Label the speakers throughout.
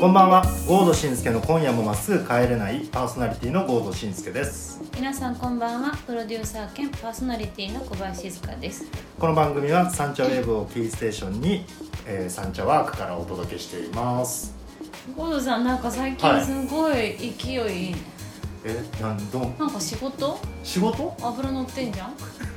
Speaker 1: こんばんはゴードシンスケの今夜もまっすぐ帰れないパーソナリティのゴードシンスケです
Speaker 2: 皆さんこんばんはプロデューサー兼パーソナリティの小林静香です
Speaker 1: この番組は三茶ウェブをキーステーションに、えー、三茶ワークからお届けしています
Speaker 2: ゴードさんなんか最
Speaker 1: は
Speaker 2: 近
Speaker 1: い
Speaker 2: すごい勢いいいね、
Speaker 1: えなんどん
Speaker 2: なんか仕事
Speaker 1: 仕事
Speaker 2: 油乗ってんじゃん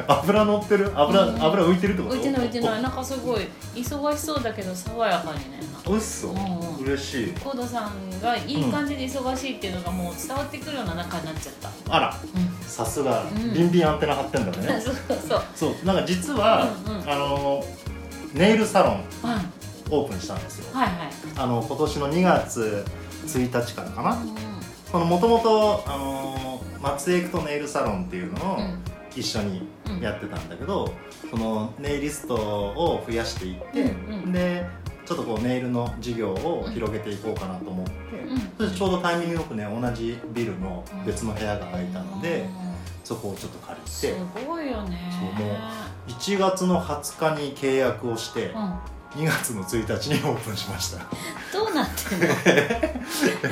Speaker 1: 油乗ってる油、
Speaker 2: うん
Speaker 1: 油浮いてるってこと
Speaker 2: 浮いてない浮いてないなんかすごい忙しそうだけど爽やかにね
Speaker 1: おいっそ、
Speaker 2: うんうん
Speaker 1: 嬉しい
Speaker 2: ゴードさんがいい感じで忙しいっていうのがもう伝わってくるような仲になっちゃった、
Speaker 1: あらさすが、
Speaker 2: うん
Speaker 1: ビンビンアンテナ張ってんだね
Speaker 2: そうそう
Speaker 1: そうなんか実は、
Speaker 2: うんうん
Speaker 1: あのネイルサロン
Speaker 2: うんはい
Speaker 1: オープンしたんですよ
Speaker 2: はい
Speaker 1: あの今年の2月1日からかな
Speaker 2: うん
Speaker 1: このもともとあのー松江区とネイルサロンっていうのを一緒に
Speaker 2: うんうん
Speaker 1: やってたんだけど、そのネイリストを増やしていって、
Speaker 2: うんうん
Speaker 1: でちょっとこうネイルの事業を広げていこうかなと思って、そ
Speaker 2: う
Speaker 1: してちょうどタイミングよくね同じビルの別の部屋が空いたので、
Speaker 2: うん
Speaker 1: そこをちょっと借り
Speaker 2: す
Speaker 1: て
Speaker 2: ごいよね
Speaker 1: そうもう1月の20日に契約をして、
Speaker 2: うん
Speaker 1: 2月の1日にオープンしま した。
Speaker 2: どうなってんの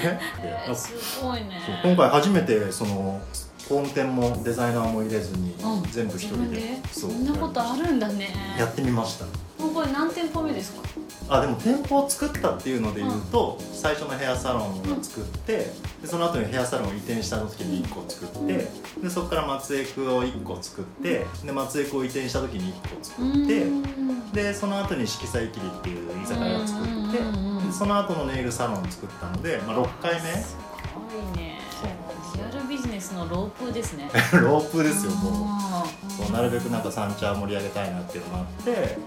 Speaker 2: えー
Speaker 1: そう
Speaker 2: すごいね
Speaker 1: そう今回初めてそのコンテンもデザイナーも入れずに
Speaker 2: うん
Speaker 1: 全部一
Speaker 2: 自
Speaker 1: 人
Speaker 2: 分
Speaker 1: で,、
Speaker 2: でそんなことあるんだね
Speaker 1: やってみました
Speaker 2: もうこれ何店舗目ですか
Speaker 1: あでも店舗を作ったっていうので言うと、最初のヘアサロンを作ってでその後にヘアサロンを移転した時に1個作って、でそこから松江区を1個作ってで松江区を移転した時に1個
Speaker 2: う
Speaker 1: 作
Speaker 2: ーん
Speaker 1: って、でその後に色彩切りっていう居酒屋を作って、
Speaker 2: うんうんうん
Speaker 1: でその後のネイルサロンを作ったので、まあ、6回目
Speaker 2: すごいね
Speaker 1: そう
Speaker 2: リアルビジネスのロープですね
Speaker 1: ロープ ですよもう。
Speaker 2: ん
Speaker 1: そうなるべくなんか三茶を盛り上げたいなっていうのもあって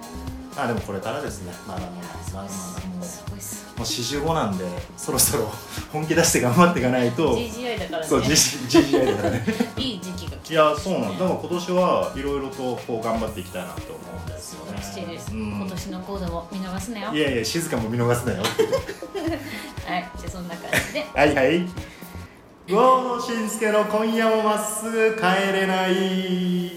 Speaker 1: あでもこれからですねまだまだ
Speaker 2: いやす
Speaker 1: ま
Speaker 2: ご
Speaker 1: だ
Speaker 2: い
Speaker 1: まだもう
Speaker 2: すごいす
Speaker 1: もう四十五なんでそろそろ 本気出して頑張っていかない
Speaker 2: ご
Speaker 1: と
Speaker 2: い GGI だからね
Speaker 1: そう GGI だからね
Speaker 2: いい時期が来
Speaker 1: いやそうなんだから今年はいろいろとこう頑張っていきたいなと思うんですよね
Speaker 2: ていです、
Speaker 1: うん
Speaker 2: 今年のコードも見逃すなよはい
Speaker 1: いやいや静かも見逃すなよ
Speaker 2: じゃあそんな感 じで
Speaker 1: はいはいウォーシンスケの今夜もまっすぐ帰れない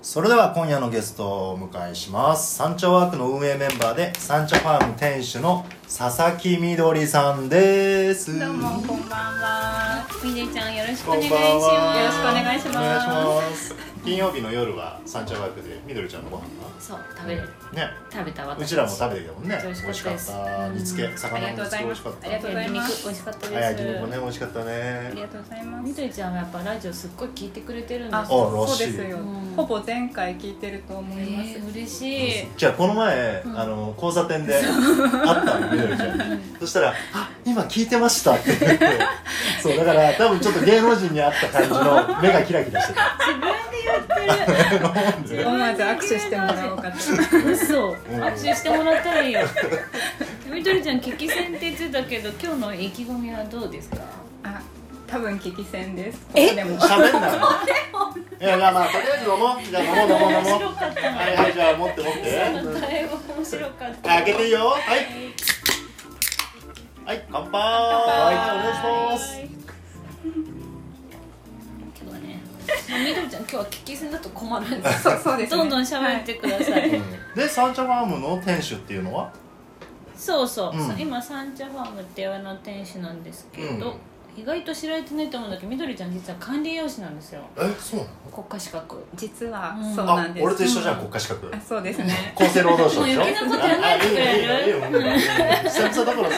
Speaker 1: それでは今夜のゲストをお迎えします三茶ワークの運営メンバーで三茶ファーム店主の佐々木みどりさんです
Speaker 3: どうもこんばんは。
Speaker 2: みねちゃんよろしくお
Speaker 1: こんばん
Speaker 2: 願いし
Speaker 1: は
Speaker 2: ます
Speaker 3: よろしくお願いします
Speaker 1: お願いします金曜日の夜は三茶ワークでみどりちゃんのご飯
Speaker 2: そう食べれる
Speaker 1: がね
Speaker 2: 食べた私
Speaker 1: うちらも食べてきたもんね
Speaker 2: 美味しかったで
Speaker 1: 美味し
Speaker 2: す
Speaker 1: かった煮付け魚
Speaker 3: あり
Speaker 1: の
Speaker 3: がとう
Speaker 1: 煮
Speaker 3: ご
Speaker 1: 付
Speaker 3: ざ
Speaker 1: け
Speaker 3: い
Speaker 1: 美
Speaker 3: ま
Speaker 1: 味し
Speaker 3: す
Speaker 1: かった
Speaker 2: 焼肉美味しか
Speaker 3: ありがとうございます
Speaker 2: ったです
Speaker 1: 早い肉もね美味しかった
Speaker 3: あり
Speaker 1: ね
Speaker 3: がとうございま
Speaker 2: み
Speaker 3: す。
Speaker 2: どりちゃんはやっぱラジオすっごい聞いてくれてるんです
Speaker 3: あ、
Speaker 1: ら
Speaker 2: よ
Speaker 3: そう
Speaker 1: しい
Speaker 3: ですよ
Speaker 2: うん。
Speaker 3: ほぼ前回聞いてると思います
Speaker 2: ね。嬉しい
Speaker 1: じゃあこの前、
Speaker 2: うん
Speaker 1: あの交差点で会ったのみどりちゃんにそしたら「あ今聞いてました」って 言ってそうだから多分ちょっと芸能人に会った感じの目がキラキラしてた
Speaker 2: 自分で言ってる
Speaker 1: なんで
Speaker 3: 思わず握手してもらおうかと。
Speaker 2: 嘘
Speaker 1: うん
Speaker 2: 握手してもらったらいいよみどりちゃん聞き選定だけど今日の意気込みはどうですか
Speaker 3: あ、多分危機戦です。え、 でも。
Speaker 1: 喋んなのいやじゃあまあとりあえず飲もうじゃあ飲もう飲もう飲
Speaker 2: 面
Speaker 1: もう
Speaker 2: 白かったな
Speaker 1: はいはいじゃあ持って持って
Speaker 2: だいぶ面白かった
Speaker 1: 開けていいよはいはい乾杯はいお願いします
Speaker 2: 今日はねみどりちゃん今日は聞き選だと困るんで
Speaker 3: そう、そうです、
Speaker 2: す
Speaker 3: ね。
Speaker 2: どんどん喋ってください
Speaker 1: でサンチャファームの店主っていうのは
Speaker 2: そうそう、
Speaker 1: うん
Speaker 2: さ今サンチャファームっていうあの店主なんですけど、意外と知られてないと思うんだけどみどりちゃん実は管理栄養士なんですよ
Speaker 1: えそうなの
Speaker 2: 国家資格
Speaker 3: 実は
Speaker 2: うん
Speaker 3: そうな
Speaker 1: あ
Speaker 3: んです。
Speaker 1: 俺と一緒じゃん国家資格
Speaker 3: あ、そうですね。
Speaker 1: 厚生労働省でしょ
Speaker 2: もう余計なこと言わないでくれる
Speaker 1: あいいよいいよいいよいいよ久々だからさ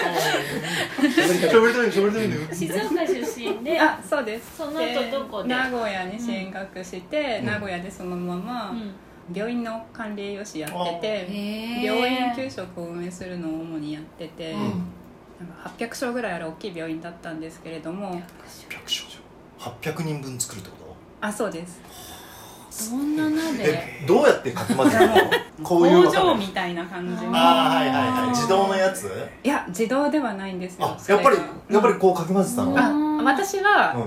Speaker 1: しゃべりたいしゃべりたいんだよ
Speaker 2: 静岡出身で
Speaker 3: あ、そうです。
Speaker 2: その後どこで
Speaker 3: 名古屋に進学して、
Speaker 1: うん
Speaker 3: 名古屋でそのまま、
Speaker 2: うん
Speaker 3: 病院の管理栄養士やって
Speaker 2: へ
Speaker 3: て、
Speaker 2: ー
Speaker 3: 病院給食を運営するのを主にやってて、
Speaker 1: う
Speaker 3: なん
Speaker 1: ん
Speaker 3: か800床ぐらいある大きい病院だったんですけれども、
Speaker 1: 百少女800人分作るってこと
Speaker 3: あ、そうです。
Speaker 2: どんな名で
Speaker 1: えどうやってかき混ぜ るのこういう
Speaker 3: 工
Speaker 1: わか
Speaker 3: 場
Speaker 1: る
Speaker 3: みたいな感じの
Speaker 1: ああはいはいはい自動のやつ
Speaker 3: いや自動ではないんですよ
Speaker 1: あ
Speaker 3: そ
Speaker 1: やっ
Speaker 3: れ
Speaker 1: ぱ
Speaker 3: が
Speaker 1: りやっぱり
Speaker 3: うん
Speaker 1: こうかき混ぜてたの
Speaker 2: あ
Speaker 3: あ私は
Speaker 1: う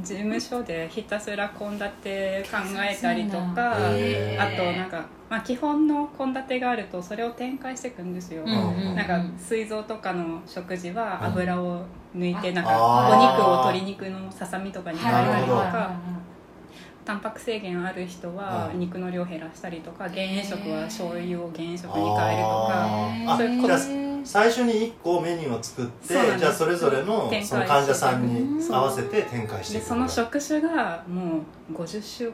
Speaker 3: 事務所でひたすら献立考えたりとか
Speaker 1: そうなんだへ
Speaker 3: あとなん
Speaker 2: か、
Speaker 3: か、まあ、基本の献立があるとそれを展開していくんですよ、
Speaker 2: うんうん、
Speaker 3: なんか膵臓とかの食事は油を抜いて、
Speaker 2: うん
Speaker 3: なん
Speaker 1: あ
Speaker 3: か
Speaker 1: ー
Speaker 3: お肉を鶏肉のささみとかに変えたりと
Speaker 1: なるほど
Speaker 3: かタンパク制限ある人は
Speaker 1: はい
Speaker 3: 肉の量減らしたりとか減塩食は醤油を減塩食に変えるとか
Speaker 1: あー
Speaker 2: あそういう
Speaker 3: あ
Speaker 2: こ
Speaker 1: じ
Speaker 2: と
Speaker 1: ゃあ最初に1個メニューを作って
Speaker 3: そうなんです
Speaker 1: じゃあそれぞれの
Speaker 3: 展開
Speaker 1: その患者さんに
Speaker 2: していく
Speaker 1: 合わせて展開してい
Speaker 3: で
Speaker 1: く
Speaker 3: その職種がもう50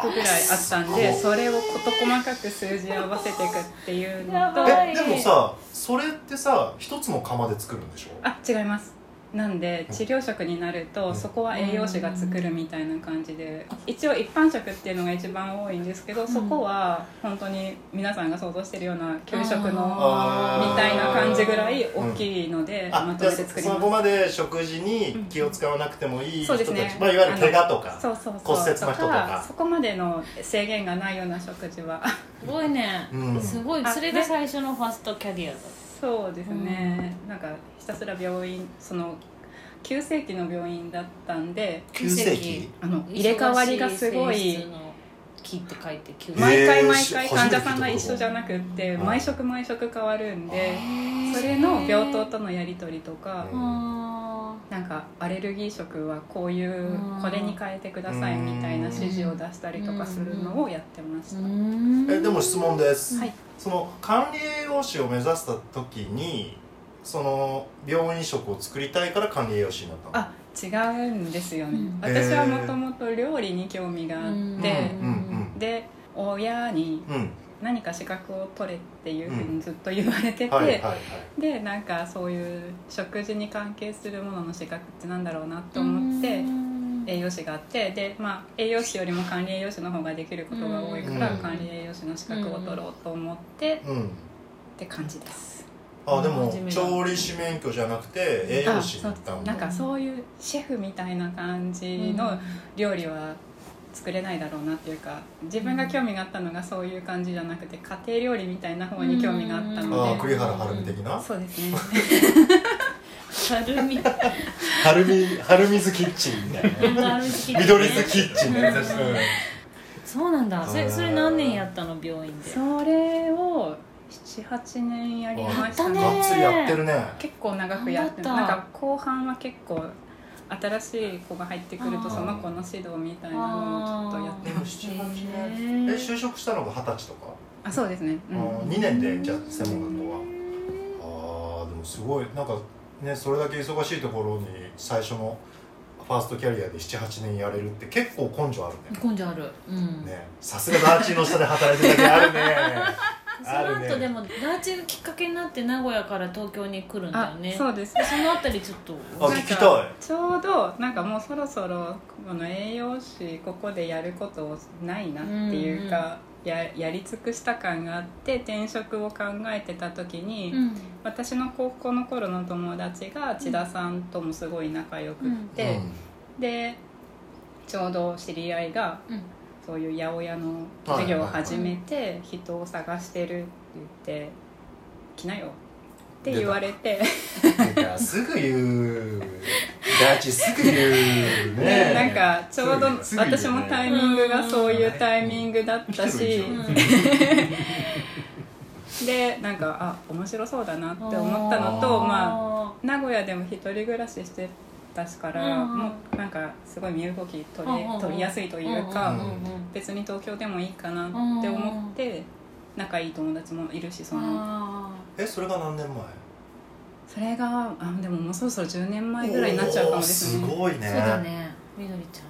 Speaker 3: 種ぐらいあったん
Speaker 1: う
Speaker 3: で
Speaker 1: わ
Speaker 3: それを事細かく数字合わせていくっていうの
Speaker 2: やば
Speaker 3: と
Speaker 2: い
Speaker 1: えでもさそれってさ一つの釜で作るんでしょ
Speaker 3: あ違いますなんで治療食になるとそこは栄養士が作るみたいな感じで一応一般食っていうのが一番多いんですけどそこは本当に皆さんが想像してるような給食のみ
Speaker 1: あー
Speaker 3: たいな感じぐらい大きいのでま
Speaker 1: あじ
Speaker 3: と
Speaker 1: ゃあ
Speaker 3: めて
Speaker 1: そ
Speaker 3: 作り
Speaker 1: そこ
Speaker 3: ま
Speaker 1: まで食事に気を使わなくてもいい人
Speaker 3: すそう
Speaker 1: た
Speaker 3: で
Speaker 1: ち、
Speaker 3: すね
Speaker 1: まあ、いわゆる怪我と
Speaker 3: あの
Speaker 1: か
Speaker 3: そうそうそう
Speaker 1: 骨折の人とか
Speaker 3: そこまでの制限がないような食事は
Speaker 2: すごいね、
Speaker 1: うん
Speaker 2: すごい
Speaker 3: あ
Speaker 2: それが最初のファーストキャリアだ
Speaker 3: そうですねなんかひたすら病院その急性期の病院だったんで
Speaker 1: 急性期
Speaker 3: あの入れ替わりがすご
Speaker 2: 忙し
Speaker 3: い
Speaker 2: 性質の木って書いて急性期
Speaker 3: 毎回毎
Speaker 1: え
Speaker 3: 回
Speaker 1: ー
Speaker 3: 患者さんが一緒じゃなくって
Speaker 1: 聞いた
Speaker 3: 毎食毎食変わるんで
Speaker 2: へー
Speaker 3: それの病棟とのやり取りとか
Speaker 1: うん
Speaker 2: あ
Speaker 3: なんかアレルギー食はこういう
Speaker 2: うん
Speaker 3: これに変えてくださいみたいな指示を出したりとかするのをやってまし
Speaker 2: ー
Speaker 3: た
Speaker 2: うーん
Speaker 1: えでも質問です、
Speaker 3: はい
Speaker 1: その管理栄養士を目指した時にその病院食を作りたいから管理栄養士になったの
Speaker 3: あ違うんですよね
Speaker 2: うん
Speaker 3: 私はもともと料理に興味があって
Speaker 1: うんうん
Speaker 3: で親に
Speaker 1: うんうん
Speaker 3: 何か資格を取れっていうふうにずっと言われて
Speaker 1: はいはい
Speaker 3: て
Speaker 1: はい
Speaker 3: でなんかそういう食事に関係するものの資格ってなんだろうなと思って栄養士があってで、まあ、栄養士よりも管理栄養士の方ができることが多いから
Speaker 1: うん
Speaker 3: 管理栄養士の資格を取ろうと思って
Speaker 1: うん
Speaker 3: って感じです
Speaker 1: あでも
Speaker 2: 真面目だ
Speaker 1: 調理師免許じゃなくて栄養士になった
Speaker 3: あそ
Speaker 1: ん
Speaker 3: う
Speaker 1: だ
Speaker 3: なんかそういうシェフみたいな感じの料理は作れないだろうなっていうか自分が興味があったのがそういう感じじゃなくて家庭料理みたいな方に興味があった
Speaker 1: あ
Speaker 3: の
Speaker 1: あ
Speaker 3: で、
Speaker 1: 栗原はるみ的な
Speaker 3: そうですね
Speaker 2: たるみた
Speaker 1: はるみはるみずキッチンみたいな緑ずキッチンね
Speaker 2: うんそうなんだそ
Speaker 1: へ
Speaker 2: れ
Speaker 1: ー
Speaker 2: それ何年やったの病院で
Speaker 3: それを78年やりました
Speaker 1: うん
Speaker 2: ね
Speaker 1: がっつりやってるね
Speaker 3: 結構長くやって
Speaker 2: 頑張
Speaker 3: なん
Speaker 2: った
Speaker 3: か後半は結構新しい子が入ってくる
Speaker 2: あ
Speaker 3: と
Speaker 2: ー
Speaker 3: その子の指導みたいなのをちょっとやって
Speaker 1: でも78年
Speaker 2: へー
Speaker 1: え就職したのが二十歳とか
Speaker 3: あそうですね、うん
Speaker 1: あー2年でじゃあ専門学校はあーでもすごいなんかねそれだけ忙しいところに最初のファーストキャリアで78年やれるって結構根性あるね
Speaker 2: 根性あるうん
Speaker 1: ねさすがダーチの下で働いてるだけ あるね
Speaker 2: その後で
Speaker 1: も
Speaker 2: もダーチがきっかけになって名古屋から東京に来るんだよ
Speaker 3: あ
Speaker 2: ね
Speaker 3: そうです
Speaker 2: そのあたりちょっと
Speaker 1: あ
Speaker 3: なん
Speaker 1: 聞き
Speaker 3: か
Speaker 1: たい
Speaker 3: ちょうどなんかもうそろそろこの栄養士ここでやることないなっていうか、ややり尽くした感があって転職を考えてた時に、
Speaker 2: うん
Speaker 3: 私の高校の頃の友達が千田さんともすごい仲良くって、でちょうど知り合いが
Speaker 2: うん
Speaker 3: そういう八百屋の事業を始めて人を探してるって言って「来なよ」って言われて、
Speaker 1: うん、なんかすぐ言うダーチすぐ言うね
Speaker 3: なんかちょうど
Speaker 1: すぐ言うね
Speaker 3: 私もタイミングがそういうタイミングだった
Speaker 1: 来て
Speaker 3: し
Speaker 1: るでしょ
Speaker 3: でなんかあ面白そうだなって思ったのとまあ
Speaker 2: あ
Speaker 3: 名古屋でも一人暮らししてたしから
Speaker 2: うん
Speaker 3: もうなんかすごい身動き取れ
Speaker 2: うん
Speaker 3: 取りやすいというか。
Speaker 1: うん
Speaker 3: 別に東京でもいいかなって思って仲いい友達もいるしその
Speaker 2: あ
Speaker 1: えそれが何年前
Speaker 3: それがあでももうそろそろ10年前ぐらいになっちゃうかもです
Speaker 1: おーす
Speaker 3: ね
Speaker 1: ごいね
Speaker 2: ーそうだねみどりち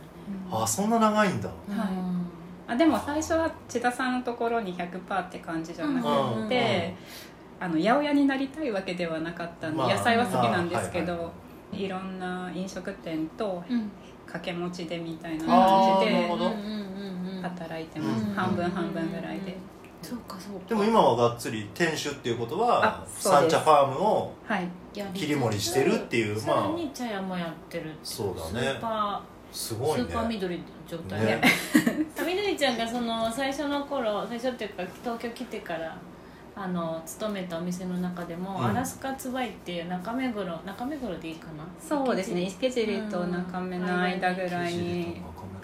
Speaker 3: うん
Speaker 1: あそんな長いんだ
Speaker 2: ゃんね
Speaker 3: はい
Speaker 2: うん
Speaker 3: あでも最初は千田さんのところに100%って感じじゃなく
Speaker 1: うん
Speaker 3: てあの八百屋になりたいわけではなかったんで
Speaker 1: まあ
Speaker 3: 野菜は好きなんですけ
Speaker 1: まあは
Speaker 3: どいろんな飲食店と
Speaker 2: うん
Speaker 3: 掛け持ちでみたいな
Speaker 1: あ
Speaker 3: 感
Speaker 1: ー
Speaker 3: じ
Speaker 1: なる
Speaker 3: で
Speaker 1: ほど
Speaker 2: うんうんうんうん
Speaker 3: 働いてます
Speaker 1: うん
Speaker 3: 半分半分ぐらいで
Speaker 2: そうかそうか
Speaker 1: でも今はがっつり店主っていうことは
Speaker 3: あそう
Speaker 1: 三
Speaker 3: です
Speaker 1: 茶ファームを
Speaker 3: はい
Speaker 2: やりつつ
Speaker 1: 切り盛りしてるっていう
Speaker 2: さ
Speaker 1: ま
Speaker 2: ら
Speaker 1: あ
Speaker 2: に茶屋もやってるってい
Speaker 1: そうだね
Speaker 2: スーパ
Speaker 1: す
Speaker 2: ー、
Speaker 1: ごい
Speaker 2: ス
Speaker 1: ね
Speaker 2: ーパー緑の状態で、
Speaker 1: ね
Speaker 2: みどりちゃんがその最初の頃最初っていうか東京来てからあの勤めたお店の中でも、
Speaker 1: うん
Speaker 2: アラスカツバイっていう中目黒中目黒でいいかな
Speaker 3: そうですねイスケジリと中目の間ぐらいに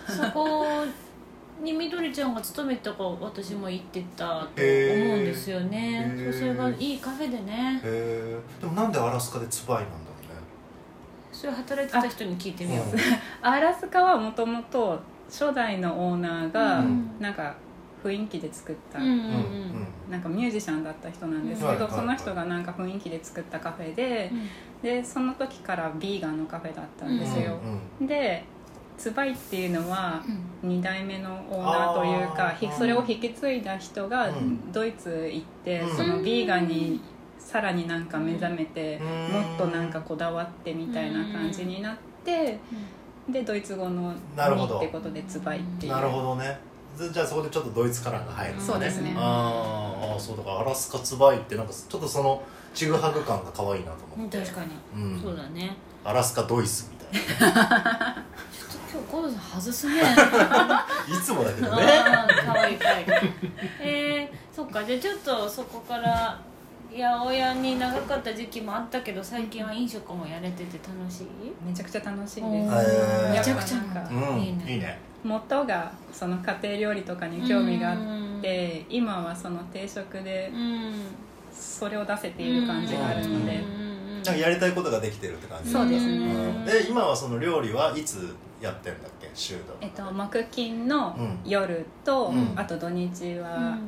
Speaker 2: そこにみどりちゃんが勤めたか私も行ってたと思うんですよね、
Speaker 1: へー
Speaker 2: それがいいカフェでね
Speaker 1: へえでもなんでアラスカでツバイなんだろうね
Speaker 2: それ働いてた人に聞いてみよう
Speaker 1: うん
Speaker 3: アラスカはもともと初代のオーナーが、
Speaker 1: うん
Speaker 3: なんか雰囲気で作った、
Speaker 2: うんうん
Speaker 1: うんうん
Speaker 3: なんかミュージシャンだった人なんですけ
Speaker 1: はい
Speaker 3: ど、
Speaker 1: はい
Speaker 3: その人がなんか雰囲気で作ったカフェで
Speaker 2: う、ん
Speaker 3: でその時からビーガンのカフェだったんですよ、
Speaker 1: うんうん
Speaker 3: でツバイっていうのは
Speaker 2: うん
Speaker 3: 2代目のオーナーというか
Speaker 1: あー
Speaker 3: ひそれを引き継いだ人が
Speaker 1: うん
Speaker 3: ドイツ行って、
Speaker 1: うん
Speaker 3: そのビーガンにさらになんか目覚めて、
Speaker 1: うん
Speaker 3: もっとなんかこだわってみたいな感じになって、でドイツ語の「
Speaker 1: なるほ
Speaker 3: に」
Speaker 1: ど
Speaker 3: ってことで「ツバイ」っていう
Speaker 1: なるほどねずじゃあそこでちょっとドイツカラーが入るん
Speaker 3: そうですね
Speaker 1: あーあーそうだからアラスカツバイってなんかちょっとそのちぐはぐ感が可愛いなと
Speaker 2: う
Speaker 1: 思っ
Speaker 2: ん
Speaker 1: て
Speaker 2: 確かに
Speaker 1: うん
Speaker 2: そうだね
Speaker 1: アラスカドイスみたい
Speaker 2: ちょっと今日ゴードさん外すね
Speaker 1: ないつもだけど ね
Speaker 2: あーかわいいかわいいえー、そっかじゃあちょっとそこから八百屋に長かった時期もあったけど最近は飲食もやれてて楽しい
Speaker 3: めちゃくちゃ楽しいです、
Speaker 2: お
Speaker 1: ー
Speaker 3: や
Speaker 1: め
Speaker 3: っ
Speaker 1: ち
Speaker 3: ぱ
Speaker 1: ゃ
Speaker 2: くちゃ
Speaker 3: なんか
Speaker 1: うん
Speaker 2: いいね
Speaker 1: いいね
Speaker 3: 元がその家庭料理とかに興味があって今はその定食で
Speaker 2: うん
Speaker 3: それを出せている感じがあるので、
Speaker 2: うん
Speaker 1: なんかやりたいことができてるって感じ
Speaker 3: そうですね
Speaker 1: うんで今はその料理はいつやってんだっけ週だ
Speaker 3: えっと、木金の夜と、
Speaker 1: うん
Speaker 3: あと土日
Speaker 2: う
Speaker 3: は
Speaker 2: ん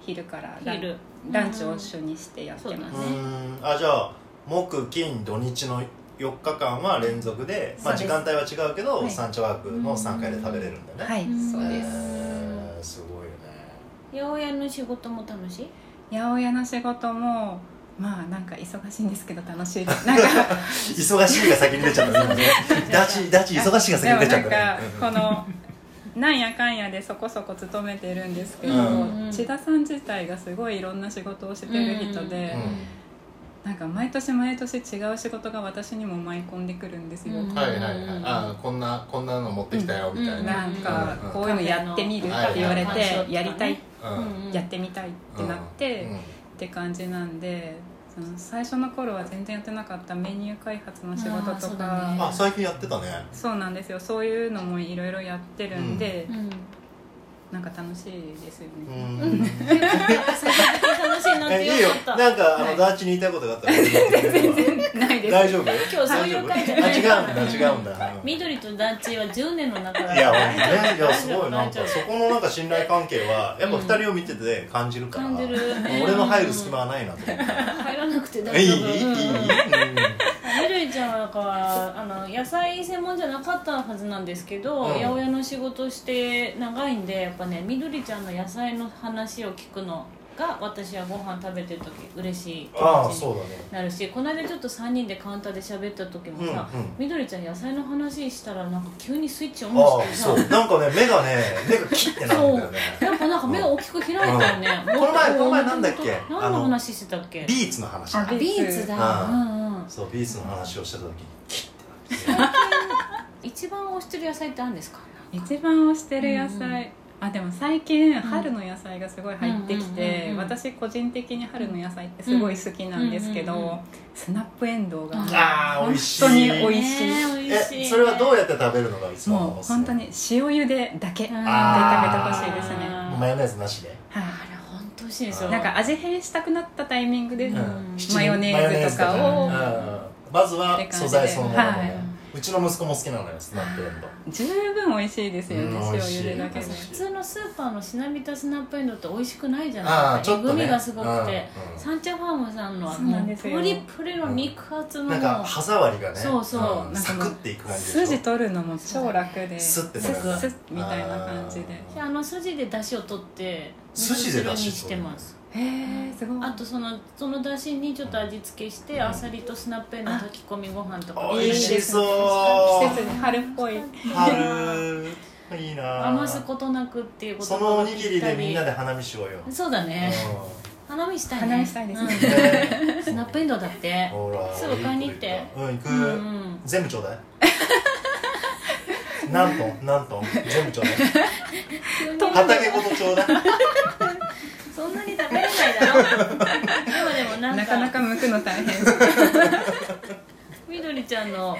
Speaker 3: 昼からラン,、
Speaker 2: 昼
Speaker 3: ランチを主にしてやって
Speaker 2: うん
Speaker 3: ます、
Speaker 1: うーんあじゃあ木金土日の4日間は連続で、まあ、
Speaker 3: そ
Speaker 1: 時
Speaker 3: うです
Speaker 1: 間帯は違うけど、
Speaker 3: はい
Speaker 1: サンチャワークの3回で食べれるんだね、
Speaker 3: はい
Speaker 2: うん
Speaker 3: そうです
Speaker 1: えーすごいよね
Speaker 2: 八百屋の仕事も楽しい
Speaker 3: 八百屋の仕事もまあなんか忙しいんですけど楽しいですなんか
Speaker 1: 忙しいが先に出ちゃ ったね今ねダチダチ忙しいが
Speaker 3: で
Speaker 1: 先
Speaker 3: も
Speaker 1: に出ち
Speaker 3: な
Speaker 1: ゃ
Speaker 3: ん
Speaker 1: ったね
Speaker 3: かこのなんやかんやでそこそこ勤めてるんですけど、
Speaker 1: うん
Speaker 3: 千田さん自体がすごいいろんな仕事をしてる人で、
Speaker 1: うん
Speaker 3: なんか毎年毎年違う仕事が私にも舞い込んでくるんですよ、
Speaker 2: うん
Speaker 1: うんはいはいはいあーこんなこんなの持ってきたよみたいな,、
Speaker 3: な
Speaker 1: うん
Speaker 3: かこういうのやってみるって言わ
Speaker 2: は
Speaker 3: れ
Speaker 2: いはい
Speaker 3: てやりたい
Speaker 2: うん
Speaker 3: やってみたいってなって
Speaker 1: うん
Speaker 3: って感じなんでその最初の頃は全然やってなかったメニュー開発の仕事
Speaker 2: あーそ
Speaker 3: と
Speaker 2: うだね
Speaker 3: か
Speaker 1: あ最近やってたね
Speaker 3: そうなんですよそういうのもいろいろやってるんで
Speaker 2: うん
Speaker 3: なんか楽しいですよ
Speaker 1: う
Speaker 3: ね
Speaker 1: ん
Speaker 2: 楽しいなっ
Speaker 1: え
Speaker 2: て
Speaker 1: いいよ
Speaker 2: よかった
Speaker 1: なんかあの、
Speaker 3: はい
Speaker 1: ダーチに言いたいことがあったら俺に言ってくれれば
Speaker 3: ないです
Speaker 1: 大丈夫
Speaker 2: 今日そういう回じゃ
Speaker 1: あ
Speaker 2: ない
Speaker 1: 違うんだ違うんだ、うん
Speaker 2: 緑と団地は10年の中だ
Speaker 1: いや、ね、いや、すごい、なん
Speaker 2: 大丈
Speaker 1: か、
Speaker 2: 夫
Speaker 1: そこのなんか信頼関係は、やっぱ二人を見てて感じるから。
Speaker 2: 感じる
Speaker 1: 俺の入る隙間はないなと思って。
Speaker 2: 入らなくて
Speaker 1: い
Speaker 2: 大
Speaker 1: い、い
Speaker 2: 丈
Speaker 1: い、いい、
Speaker 2: 夫
Speaker 1: いい。
Speaker 2: みるいちゃんはなんかはあの野菜専門じゃなかったはずなんですけど、
Speaker 1: うん
Speaker 2: 八百屋の仕事して長いんでやっぱねみどりちゃんの野菜の話を聞くのが私はご飯食べてる時嬉しい気
Speaker 1: ああ、
Speaker 2: 持ち
Speaker 1: そ
Speaker 2: に
Speaker 1: うだね。
Speaker 2: なるしこの間ちょっと3人でカウンターで喋った時もさ、
Speaker 1: うんうん
Speaker 2: みどりちゃん野菜の話したらなんか急にスイッチオン
Speaker 1: あ
Speaker 2: し
Speaker 1: あ、そ
Speaker 2: てさ
Speaker 1: う、なんかね、目がね、目がキッてなるんだよね。
Speaker 2: やっぱなんか目が大きく開いたよね、
Speaker 1: うんこの前この前なんだっけあ
Speaker 2: 何
Speaker 1: の
Speaker 2: の話してたっけ
Speaker 1: ビーツの話だ
Speaker 3: あ
Speaker 2: あビーツだ、
Speaker 1: う
Speaker 2: うんんうん、
Speaker 1: そう、ビーツの話をしてた時に、キッてなって。
Speaker 2: 最近一番推してる野菜ってあるんですか
Speaker 3: 一番推してる野菜、あでも最近
Speaker 2: ん
Speaker 3: 春の野菜がすごい入ってき
Speaker 2: うんうんうん
Speaker 3: て、
Speaker 2: うん
Speaker 3: 私個人的に春の野菜ってすごい好きなんですけど、
Speaker 2: うんうんうんうん
Speaker 3: スナップエンドウが
Speaker 1: ああ、美
Speaker 3: 本
Speaker 1: 味しい。
Speaker 3: 当に美味しい、
Speaker 2: ね美味しいね
Speaker 1: え、それはどうやって食べるのが一番
Speaker 3: もう本当に塩茹でだけ、
Speaker 2: うん
Speaker 3: はい、
Speaker 1: あ
Speaker 3: 食べてほしいですね
Speaker 2: あ
Speaker 1: マヨネーズなしで。
Speaker 2: れ本当美味しいんですよ
Speaker 3: なんか味変したくなったタイミングで、
Speaker 1: うん
Speaker 3: マヨネーズとかを
Speaker 1: マヨネーズとかねうんまずは素材そのものね、
Speaker 3: は
Speaker 1: うちの息子も好きなのよスナップエンド
Speaker 3: 十分美味しいですよね、
Speaker 1: うん
Speaker 3: 塩
Speaker 1: 美味しい
Speaker 3: 茹でだけで
Speaker 1: 美味しい
Speaker 2: 普通のスーパーのしなびたスナップエンドウって美味しくないじゃ
Speaker 1: あ
Speaker 2: な
Speaker 1: あ
Speaker 2: い
Speaker 1: ち
Speaker 2: で
Speaker 1: ょ
Speaker 2: すか
Speaker 1: っと
Speaker 2: えぐ
Speaker 1: ね
Speaker 2: みがすごくて、
Speaker 1: うんうん
Speaker 2: サンチャファームさんのは
Speaker 3: そうな
Speaker 2: も
Speaker 3: ん
Speaker 2: う
Speaker 3: です
Speaker 2: プ
Speaker 3: よ
Speaker 2: リプリの肉厚の
Speaker 1: なんか
Speaker 2: も
Speaker 1: 歯触りがね
Speaker 2: そうそう
Speaker 1: サクッていく感じでし
Speaker 3: 筋
Speaker 1: ょ
Speaker 3: 取るのも超楽で
Speaker 1: スッて
Speaker 3: ス
Speaker 1: 取
Speaker 3: ッ
Speaker 1: れる
Speaker 3: スッみたいな感じで
Speaker 2: うあの筋で出汁を取って
Speaker 1: 筋で出汁
Speaker 2: 味噌汁にしてます
Speaker 3: へえすごい
Speaker 2: あとそのその出汁にちょっと味付けして、
Speaker 1: うん
Speaker 2: あさりとスナップエンドウ炊き込みご飯とか
Speaker 1: あ美
Speaker 3: いいで
Speaker 1: 味
Speaker 3: す
Speaker 1: し
Speaker 3: ね
Speaker 1: そう
Speaker 3: 季節に春っぽい
Speaker 1: 春いいな
Speaker 2: 余すことなくっていうこと
Speaker 1: そのおにぎりでみんなで花見しようよ、
Speaker 2: そうだね、花見したいね
Speaker 3: 花見したいですね
Speaker 2: うん
Speaker 1: うん
Speaker 2: スナップエンドウだって
Speaker 1: ほら
Speaker 2: すぐ買いに行って
Speaker 1: うん行く、
Speaker 2: うんうん
Speaker 1: 全部ちょうだい 何トン何トン全部ちょうだい
Speaker 2: 急に
Speaker 1: 畑ごとちょうだい
Speaker 2: そんなに食べれないだろでもでもなんか
Speaker 3: なかなか剥くの大変
Speaker 2: みどりちゃんの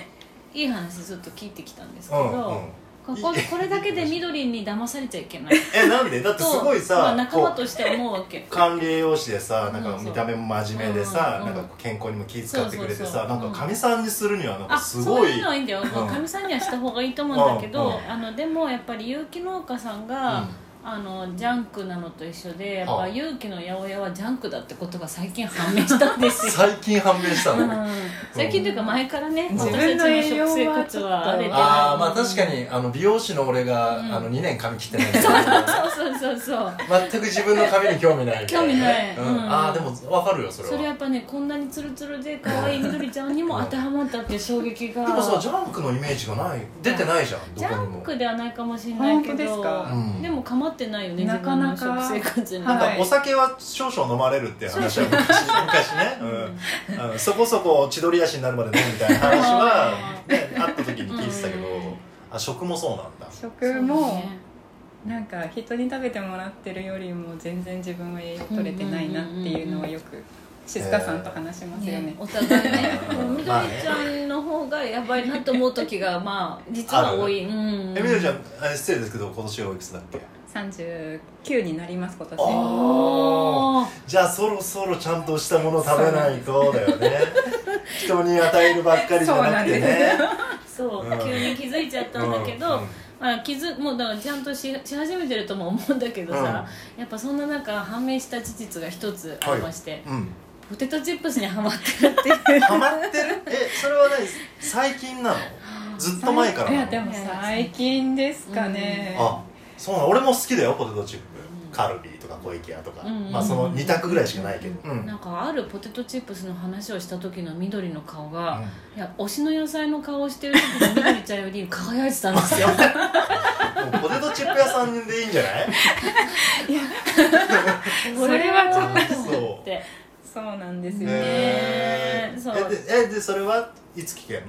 Speaker 2: いい話ずっと聞いてきたんですけ
Speaker 1: う
Speaker 2: ど、
Speaker 1: んうん
Speaker 2: こここれだけで緑に騙されちゃいけない
Speaker 1: えなんでだってすごい
Speaker 2: ま
Speaker 1: さ
Speaker 2: あ、仲
Speaker 1: こ
Speaker 2: 間
Speaker 1: う
Speaker 2: として思うわけ
Speaker 1: 管理栄養士でさなんか
Speaker 2: うんそう
Speaker 1: 見た目も真面目でさ、
Speaker 2: うんうんうん
Speaker 1: なんか健康にも気遣ってくれて
Speaker 2: そうそうそ
Speaker 1: さ
Speaker 2: う
Speaker 1: なんかかみさんにするにはなん
Speaker 2: あ
Speaker 1: かす
Speaker 2: そ
Speaker 1: ご
Speaker 2: う
Speaker 1: い
Speaker 2: いうのはいいんだよ
Speaker 1: ん
Speaker 2: かみさんにはした方がいいと思うんだけど、
Speaker 1: うんうん
Speaker 2: あのでもやっぱり有機農家さんが、あのジャンクなのと一緒でやっ
Speaker 1: は
Speaker 2: ぱ
Speaker 1: あ
Speaker 2: 有機の八百屋はジャンクだってことが最近判明したんで
Speaker 1: うん
Speaker 2: すよ
Speaker 1: 最近判明したの、
Speaker 2: う
Speaker 1: あ
Speaker 2: ん最近というか前からね、
Speaker 1: うん
Speaker 2: 私たちの食生活は荒れてない
Speaker 1: あーまあ確かにあの美容師の俺が、
Speaker 2: うん
Speaker 1: あの2年髪切ってないけど
Speaker 2: そうそうそうそう
Speaker 1: 全く自分の髪に興味ないみた
Speaker 2: 興味ない
Speaker 1: うん
Speaker 2: うん
Speaker 1: ああでも分かるよそれは
Speaker 2: それやっぱねこんなにツルツルで可愛い緑ちゃんにも当てはまったっていう衝撃が
Speaker 1: でもさジャンクのイメージがない出てないじゃん
Speaker 2: ジ
Speaker 1: どこ
Speaker 2: ャ
Speaker 1: に
Speaker 2: ン
Speaker 1: も
Speaker 2: クではないかもしれないけ
Speaker 3: 本当です
Speaker 2: ど
Speaker 3: か
Speaker 1: うん
Speaker 2: でも構ってないよね
Speaker 3: なかな
Speaker 2: 自分
Speaker 3: か
Speaker 2: の食生活に
Speaker 3: はい
Speaker 1: なんかお酒は少々飲まれるっていう話は昔昔ね、うんうん、そこそこ千鳥足になるまで飲むみたいな話は、ね、会った時に聞いてたけど、
Speaker 2: うん
Speaker 1: あ食もそうなんだ
Speaker 3: 食もなんか人に食べてもらってるよりも全然自分は栄養取れてないなっていうのはよく静香さんと話しますよね
Speaker 2: ね、お互い ね
Speaker 1: うん
Speaker 2: 緑ちゃんの方がやばいなと思う時がまあ実は多いうん
Speaker 1: えみどりちゃんあ失礼ですけど今年おいくつだっけ
Speaker 3: 39になります今年
Speaker 1: あ
Speaker 2: おー
Speaker 1: じゃあそろそろちゃんとしたもの食べないとだよ ね人に与えるばっかりじゃなくてね
Speaker 2: そう
Speaker 1: うん
Speaker 2: 急に気づいちゃったんだけ
Speaker 1: う
Speaker 2: ど
Speaker 1: ん
Speaker 2: まあ気づもうだからちゃんとしし始めてるとも思うんだけどさやっぱそんな中判明した事実が一つありまして
Speaker 1: うん
Speaker 2: ポテトチップスにハマってるっていう
Speaker 1: ハマってるえそれは何最近なのずっと前から
Speaker 3: い
Speaker 1: なの
Speaker 3: やでも最近ですかね、
Speaker 1: あそうなの俺も好きだよポテトチップ、カルビーとか小池屋とか、
Speaker 2: うん
Speaker 1: まあその2択ぐらいしかないけど、うん
Speaker 2: なんかあるポテトチップスの話をした時の緑の顔が、
Speaker 1: うん
Speaker 2: いや推しの野菜の顔をしてる時の緑ちゃんより輝いてたんですよ
Speaker 1: もうポテトチップ屋さんでいいんじゃない
Speaker 3: それはちょっ
Speaker 1: とそう
Speaker 2: って
Speaker 3: そうなんですよ
Speaker 2: ね
Speaker 3: ね
Speaker 1: え
Speaker 2: えそう
Speaker 1: でえでそれはいつ聞けんの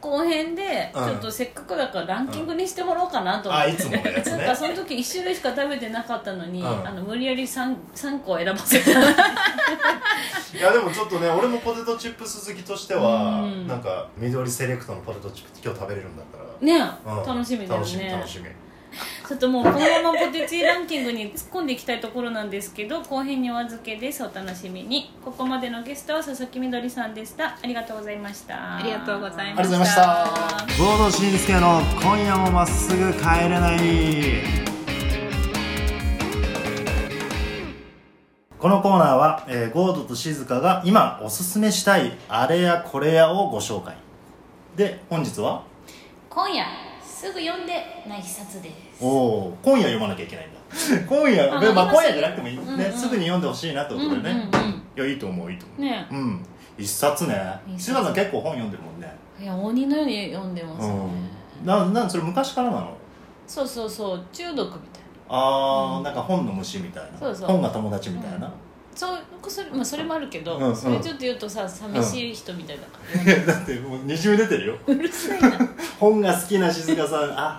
Speaker 2: 後編でち
Speaker 1: うん
Speaker 2: ょっとせっかくだからランキングにしてもらおうかなと思っ
Speaker 1: あ
Speaker 2: て、
Speaker 1: いつものやつ
Speaker 2: なん
Speaker 1: ね
Speaker 2: かその時1種類しか食べてなかったのに、
Speaker 1: うん
Speaker 2: あの無理やり 3, 三個選ばせ たうん
Speaker 1: いやでもちょっとね俺もポテトチップス好きとしては、
Speaker 2: うん
Speaker 1: なんか緑セレクトのポテトチップス今日食べれるんだったら、
Speaker 2: ねえ、
Speaker 1: うん
Speaker 2: 楽しみだよ
Speaker 1: 楽しみ
Speaker 2: ね
Speaker 1: 楽しみ
Speaker 2: ちょっともうこのままポテチランキングに突っ込んでいきたいところなんですけど後編にお預けですお楽しみにここまでのゲストは佐々木みどりさんでしたありがとうございました
Speaker 3: ありがとうござい
Speaker 1: あ
Speaker 3: ま
Speaker 1: りがとうご
Speaker 3: し
Speaker 1: ざいましたた堂々慎介の今夜もまっすぐ帰れないこのコーナーは、えー、ゴードと静香が今おすすめしたいあれやこれやをご紹介で本日は
Speaker 2: 今夜すぐ読んでない一冊です
Speaker 1: おお今夜読まなきゃいけないんだ 今夜、
Speaker 2: あ
Speaker 1: まあ、
Speaker 2: 今
Speaker 1: 今夜じゃなくてもいい、
Speaker 2: うんうん
Speaker 1: ねすぐに読んでほしいなってことだよね、
Speaker 2: うんうん
Speaker 1: いやいいと思ういいと思う、
Speaker 2: ね
Speaker 1: うん一冊ね
Speaker 2: 一
Speaker 1: 静
Speaker 2: 冊
Speaker 1: 香さん結構本読んでるもんね
Speaker 2: いや鬼のように読んでます、
Speaker 1: うんななんそれ昔からなの
Speaker 2: そうそうそう中毒みたい
Speaker 1: あー、なんか本の虫みたいな
Speaker 2: そうそう
Speaker 1: 本が友達みたいな、
Speaker 2: そうそれ,、まあ、それもあるけど、
Speaker 1: うんうん
Speaker 2: それちょっと言うとさ寂しい人みたいだから、
Speaker 1: いや だってもうにじみ出てるよ
Speaker 2: うるさいな
Speaker 1: 本が好きな静香さんあ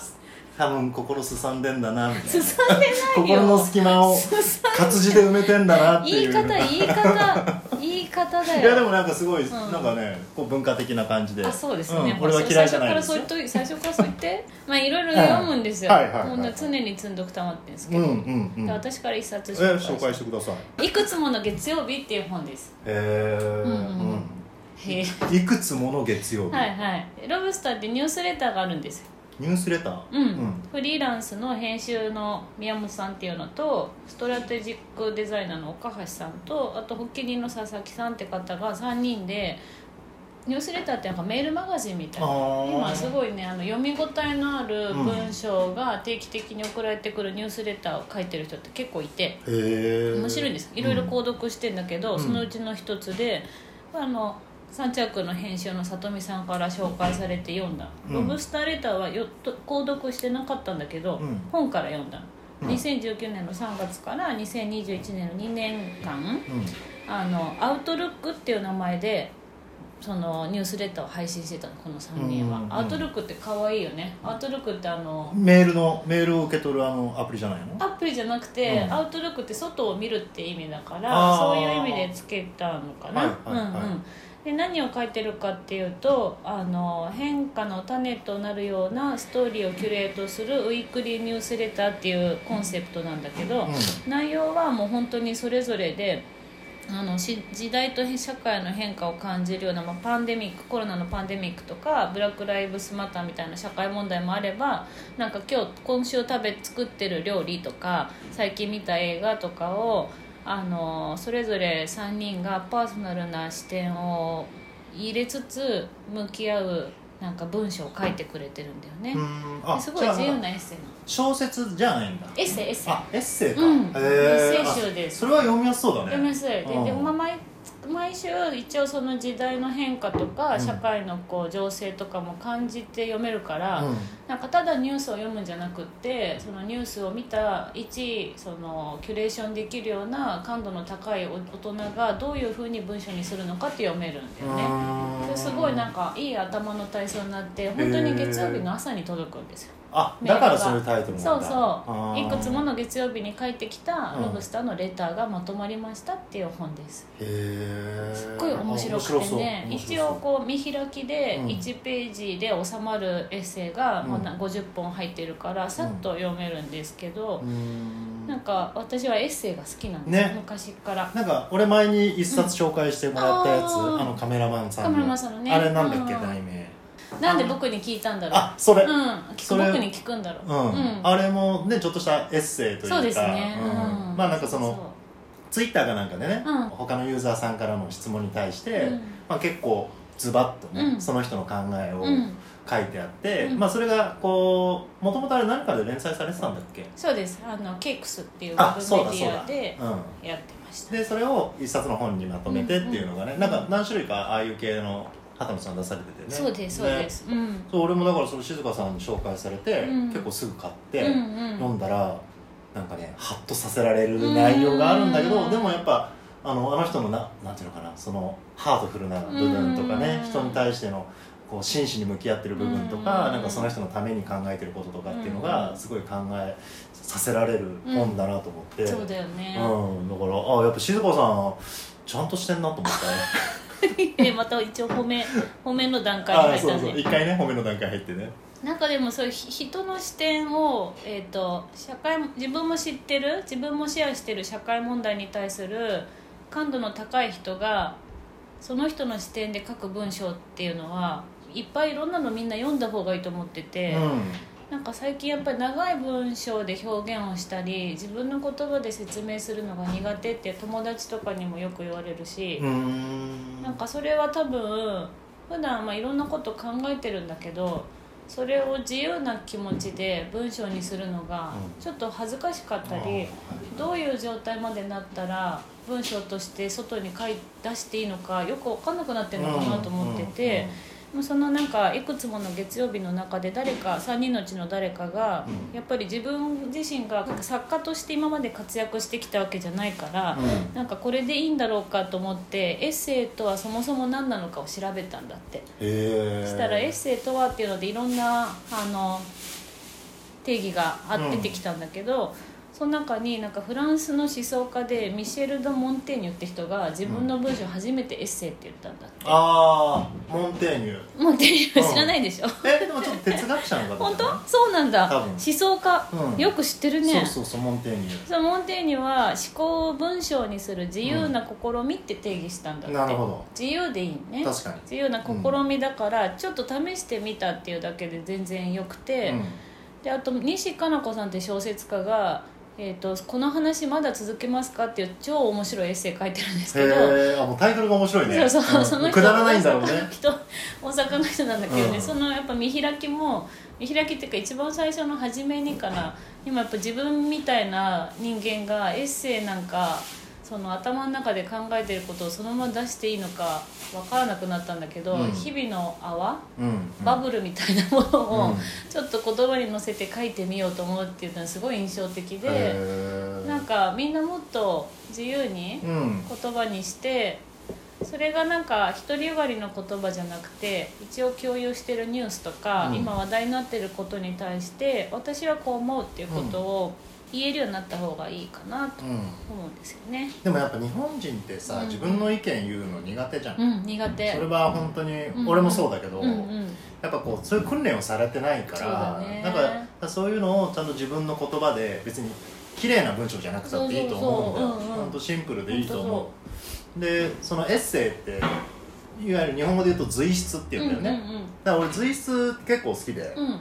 Speaker 1: 多分心すさんでんだなみたい
Speaker 2: 進
Speaker 1: なん
Speaker 2: でないよ
Speaker 1: 心の隙間を活字で埋めてんだなって
Speaker 2: 言
Speaker 1: い
Speaker 2: いう方言い方言い方だよ
Speaker 1: いやでもなんかすごい、
Speaker 2: ん
Speaker 1: なんかねこう文化的な感じで
Speaker 2: あそうですね、
Speaker 1: ん俺は嫌いじゃない
Speaker 2: で
Speaker 1: ですす
Speaker 2: 最初からそう言っとい最初からそう言って まあいろいろ読むんですよ、
Speaker 1: はいはいはいはい
Speaker 2: もうな常に積んどくたまってんですけ
Speaker 1: う
Speaker 2: ど、
Speaker 1: んうんうん
Speaker 2: で
Speaker 1: え
Speaker 2: 私から一冊紹介
Speaker 1: 紹介してください
Speaker 2: いくつもの月曜日っていう本です
Speaker 1: へえー
Speaker 2: うんうんへ
Speaker 1: うん、いくつもの月曜日、
Speaker 2: はいはいロブスターってニュースレターがあるんですよ
Speaker 1: ニュースレター
Speaker 2: うん、フリーランスの編集の宮本さんっていうのとストラテジックデザイナーの岡橋さんとあと発起人の佐々木さんって方が3人でニュースレターってなんかメールマガジンみたい
Speaker 1: あ
Speaker 2: な
Speaker 1: ー
Speaker 2: 今すごいねあの読み応えのある文章が定期的に送られてくるニュースレターを書いてる人って結構いて
Speaker 1: へえ
Speaker 2: 面白いんですいろいろ購読してんだけど、
Speaker 1: うん
Speaker 2: そのうちの一つであのサンチャークの編集の里見さんから紹介されて読んだ「
Speaker 1: うん
Speaker 2: ロブスターレターはよっと」購読してなかったんだけど、
Speaker 1: うん
Speaker 2: 本から読んだの
Speaker 1: うん
Speaker 2: 2019年の3月から2021年の2年間
Speaker 1: うん、うん
Speaker 2: あのアウトルックっていう名前でそのニュースレターを配信してたのこの3人は、
Speaker 1: うんうんうん
Speaker 2: アウトルックって可愛いよねアウトルックってあの
Speaker 1: メールのメールを受け取るあのアプリじゃないの
Speaker 2: アプリじゃなくて、
Speaker 1: うん
Speaker 2: アウトルックって外を見るって意味だから
Speaker 1: あー
Speaker 2: そういう意味でつけたのかな、
Speaker 1: はいはいはい
Speaker 2: うんうんで何を書いてるかっていうとあの変化の種となるようなストーリーをキュレートするウィークリーニュースレターっていうコンセプトなんだけど、内容はもう本当にそれぞれであのし時代と社会の変化を感じるような、まあ、パンデミックコロナのパンデミックとかブラック・ライブスマターみたいな社会問題もあればなんか今日今週食べ作ってる料理とか最近見た映画とかをあのそれぞれ3人がパーソナルな視点を入れつつ向き合うなんか文章を書いてくれてるんだよね。
Speaker 1: うんあ
Speaker 2: すごい自由なエッセイなの
Speaker 1: 小説じゃないんだ
Speaker 2: エッセイエッセイ
Speaker 1: あエッセイか、
Speaker 2: う
Speaker 1: へ
Speaker 2: んエ
Speaker 1: え
Speaker 2: ッセイ集です
Speaker 1: あそれは読みやすそうだね
Speaker 2: 読みやすいで
Speaker 1: うん
Speaker 2: で、まあ、毎毎週一応その時代の変化と
Speaker 1: う
Speaker 2: か
Speaker 1: ん
Speaker 2: 社会のこう情勢とかも感じて読めるから、
Speaker 1: うん
Speaker 2: なんかただニュースを読むんじゃなくってそのニュースを見た一そのキュレーションできるような感度の高いお大人がどういうふうに文章にするのかって読めるんだよね。ですごいなんかいい頭の体操になって本当に月曜日の朝に届くんですよ、
Speaker 1: あ
Speaker 2: メー
Speaker 1: だ
Speaker 2: ル
Speaker 1: か
Speaker 2: が
Speaker 1: らそういうタイトルなんだ
Speaker 2: そうそう
Speaker 1: あー
Speaker 2: いくつもの月曜日に帰ってきた
Speaker 1: うん
Speaker 2: ロブスターのレターがまとまりましたっていう本です、
Speaker 1: へえ
Speaker 2: すっごい面白くてね一応こう見開きで
Speaker 1: うん
Speaker 2: 1ページで収まるエッセイがもうな50本入ってるからさっと読めるんですけど、
Speaker 1: ん
Speaker 2: なんか私はエッセイが好きなんです、
Speaker 1: ね
Speaker 2: 昔から
Speaker 1: なんか俺前に一冊紹介してもらったやつ、
Speaker 2: うんあー
Speaker 1: あのカメラマンさんの
Speaker 2: カメラマンさんのね
Speaker 1: あれなんだっけ、
Speaker 2: うん
Speaker 1: 題名
Speaker 2: なんで僕に聞いたんだろう
Speaker 1: あそれ、
Speaker 2: う
Speaker 1: うん
Speaker 2: ん聞
Speaker 1: そ
Speaker 2: く
Speaker 1: れ
Speaker 2: 僕に聞くんだろううん
Speaker 1: あれもねちょっとしたエッセイというか
Speaker 2: そうですね、
Speaker 1: うん
Speaker 2: うん
Speaker 1: まあなんかそのツイッターかなんかでね、
Speaker 2: うん
Speaker 1: 他のユーザーさんからの質問に対して、
Speaker 2: うん
Speaker 1: まあ、結構ズバッとね、
Speaker 2: うん
Speaker 1: その人の考えを
Speaker 2: そううん
Speaker 1: 書いてあって、
Speaker 2: うん
Speaker 1: まあ、それがこうもともとあれ何かで連載されてたんだっけ、
Speaker 2: そうですあのケイクスっていうウ
Speaker 1: あ
Speaker 2: ェ
Speaker 1: そう
Speaker 2: ブ
Speaker 1: だ
Speaker 2: メ
Speaker 1: そ
Speaker 2: デ
Speaker 1: う
Speaker 2: ィ
Speaker 1: だ
Speaker 2: アで
Speaker 1: うん、
Speaker 2: やってました
Speaker 1: でそれを一冊の本にまとめてっていうのがね、
Speaker 2: うん
Speaker 1: なんか何種類かああいう系の畑野さん出されててね
Speaker 2: そうですそうで
Speaker 1: ね
Speaker 2: す、うん
Speaker 1: そう俺もだからその静香さんに紹介されて、
Speaker 2: うん
Speaker 1: 結構すぐ買っ
Speaker 2: う
Speaker 1: て、
Speaker 2: んう
Speaker 1: 飲
Speaker 2: ん
Speaker 1: んだらなんかねハッとさせられる内容があるんだけど、
Speaker 2: うん
Speaker 1: でもやっぱあのあの人のななんていうのかなそのハートフルな部分とかね、
Speaker 2: うん
Speaker 1: 人に対してのこう真摯に向き合ってる部分とか、
Speaker 2: うん
Speaker 1: なんかその人のために考えてることとかっていうのがすごい考えさせられる本だなと思って、
Speaker 2: そうだよね、
Speaker 1: うん、だからあやっぱ静香さんちゃんとしてんなと思っ たね
Speaker 2: でまた一応褒め褒めの段階に
Speaker 1: あ
Speaker 2: 入った
Speaker 1: そ
Speaker 2: ね
Speaker 1: うそう一回ね褒めの段階入ってね
Speaker 2: なんかでもそういうひ人の視点を、えー、と社会自分も知ってる自分もシェアしてる社会問題に対する感度の高い人がその人の視点で書く文章っていうのはいっぱいいろんなのみんな読んだ方がいいと思ってて、なんか最近やっぱり長い文章で表現をしたり自分の言葉で説明するのが苦手って友達とかにもよく言われるし。
Speaker 1: うんうん
Speaker 2: なんかそれは多分普段まあいろんなこと考えてるんだけどそれを自由な気持ちで文章にするのが
Speaker 1: うん
Speaker 2: ちょっと恥ずかしかったり、どういう状態までなったら文章として外に書い出していいのかよく分かんなくなってるのかなと思ってて。もうそのなんかいくつもの月曜日の中で誰か3人のうちの誰かが
Speaker 1: うん
Speaker 2: やっぱり自分自身がなんか作家として今まで活躍してきたわけじゃないから
Speaker 1: うんうんうん
Speaker 2: なんかこれでいいんだろうかと思ってエッセイとはそもそも何なのかを調べたんだって
Speaker 1: へえ
Speaker 2: そしたらエッセイとはっていうのでいろんなあの定義があっててきたんだけど、その中になんかフランスの思想家でミシェル・ド・モンテーニュって人が自分の文章初めてエッセイって言ったんだって、
Speaker 1: ああモンテーニュ
Speaker 2: モンテーニュは知らないでしょ、
Speaker 1: えでもちょっと哲学者の方
Speaker 2: 本
Speaker 1: じゃ
Speaker 2: 当そうなんだ
Speaker 1: 多分
Speaker 2: 思想家、
Speaker 1: うん
Speaker 2: よく知ってる
Speaker 1: ない
Speaker 2: ね
Speaker 1: そうそうそうモンテーニュ
Speaker 2: そのモンテーニュは思考を文章にする自由な試みって定義したんだって、
Speaker 1: なるほど
Speaker 2: 自由でいいね
Speaker 1: 確か
Speaker 2: 自由な試みだから、ちょっと試してみたっていうだけで全然よく
Speaker 1: に、
Speaker 2: て、
Speaker 1: うん
Speaker 2: であと西加奈子さんって小説家が、えーと「この話まだ続けますか?」っていう超面白いエッセイ書いてるんですけど。
Speaker 1: へえあもうタイトルが面白いね
Speaker 2: そうそう、
Speaker 1: ん
Speaker 2: その人
Speaker 1: くだらないんだろうね
Speaker 2: 大阪の人大阪の人なんだけどね、
Speaker 1: うん
Speaker 2: そのやっぱ見開きも見開きっていうか一番最初の初めにかな今やっぱ自分みたいな人間がエッセイなんかその頭の中で考えてることをそのまま出していいのか分からなくなったんだけど、
Speaker 1: うん
Speaker 2: 日々の泡
Speaker 1: うんうん
Speaker 2: バブルみたいなもの
Speaker 1: う
Speaker 2: を
Speaker 1: ん
Speaker 2: ちょっと言葉に乗せて書いてみようと思うっていうのはすごい印象的
Speaker 1: へ
Speaker 2: で、
Speaker 1: え
Speaker 2: なんかみんなもっと自由に
Speaker 1: うん
Speaker 2: 言葉にしてそれがなんか独りよがりの言葉じゃなくて一応共有してるニュースとか、
Speaker 1: うん
Speaker 2: 今話題になってることに対して私はこう思うっていうことを言えるようになった方がいいかなと
Speaker 1: うん
Speaker 2: 思うんですよね。
Speaker 1: でもやっぱ日本人ってさ、
Speaker 2: うん
Speaker 1: 自分の意見言うの苦手じゃん、
Speaker 2: うん、苦手。
Speaker 1: それは本当に、
Speaker 2: ん
Speaker 1: 俺もそうだけど、
Speaker 2: うんうん
Speaker 1: やっぱこうそういう訓練をされてないか
Speaker 2: そう
Speaker 1: ら
Speaker 2: だね
Speaker 1: なんかそういうのをちゃんと自分の言葉で別に綺麗な文章じゃなくたっていいと思うんだよ
Speaker 2: そうそうそううんうん
Speaker 1: ほんとシンプルでいいと思うでそのエッセイっていわゆる日本語で言うと随筆って言うんだよね、だから俺随筆結構好きで
Speaker 2: うん、うんうん、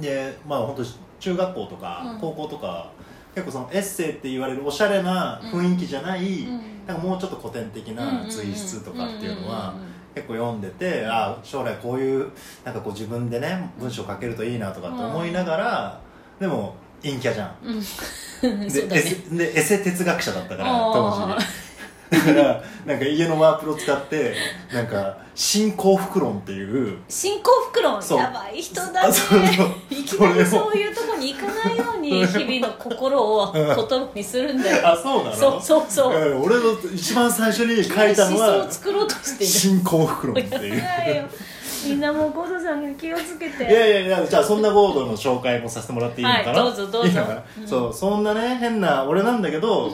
Speaker 1: でまあ本当中学校とか
Speaker 2: うん
Speaker 1: 高校とか、結構そのエッセイって言われるおしゃれな雰囲気じゃない、
Speaker 2: うん
Speaker 1: なんかもうちょっと古典的な随筆とかっていうのは結構読んでてあ将来こういうなんかこう自分でね文章書けるといいなとかって思いながら、でも陰キャじゃん。
Speaker 2: うんうんうんうん、
Speaker 1: で
Speaker 2: そうだ
Speaker 1: エ
Speaker 2: ね。
Speaker 1: セでエセ哲学者だったから
Speaker 2: あ
Speaker 1: 当
Speaker 2: ー
Speaker 1: 時だからなんか家のワープロ使ってなんか「新幸福論」っていう
Speaker 2: 新幸福論
Speaker 1: そう
Speaker 2: やばい人だ
Speaker 1: あ
Speaker 2: ね
Speaker 1: そうそう
Speaker 2: いきな
Speaker 1: それを
Speaker 2: りそういうとこに行かないように日々の心を言葉にするんだよ
Speaker 1: あそうなの
Speaker 2: そうそうそう
Speaker 1: うん俺の一番最初に書い
Speaker 2: 思
Speaker 1: たの
Speaker 2: 想を
Speaker 1: は
Speaker 2: 作ろうとしている
Speaker 1: 新幸福 論っていうい
Speaker 2: やばいよみんなもうゴードさんが気をつけて
Speaker 1: やいやいやじゃあそんなゴードの紹介もさせてもらっていいのかな、
Speaker 2: はいどうぞどうぞ
Speaker 1: いいのかなそうそんなね変な俺なんだけど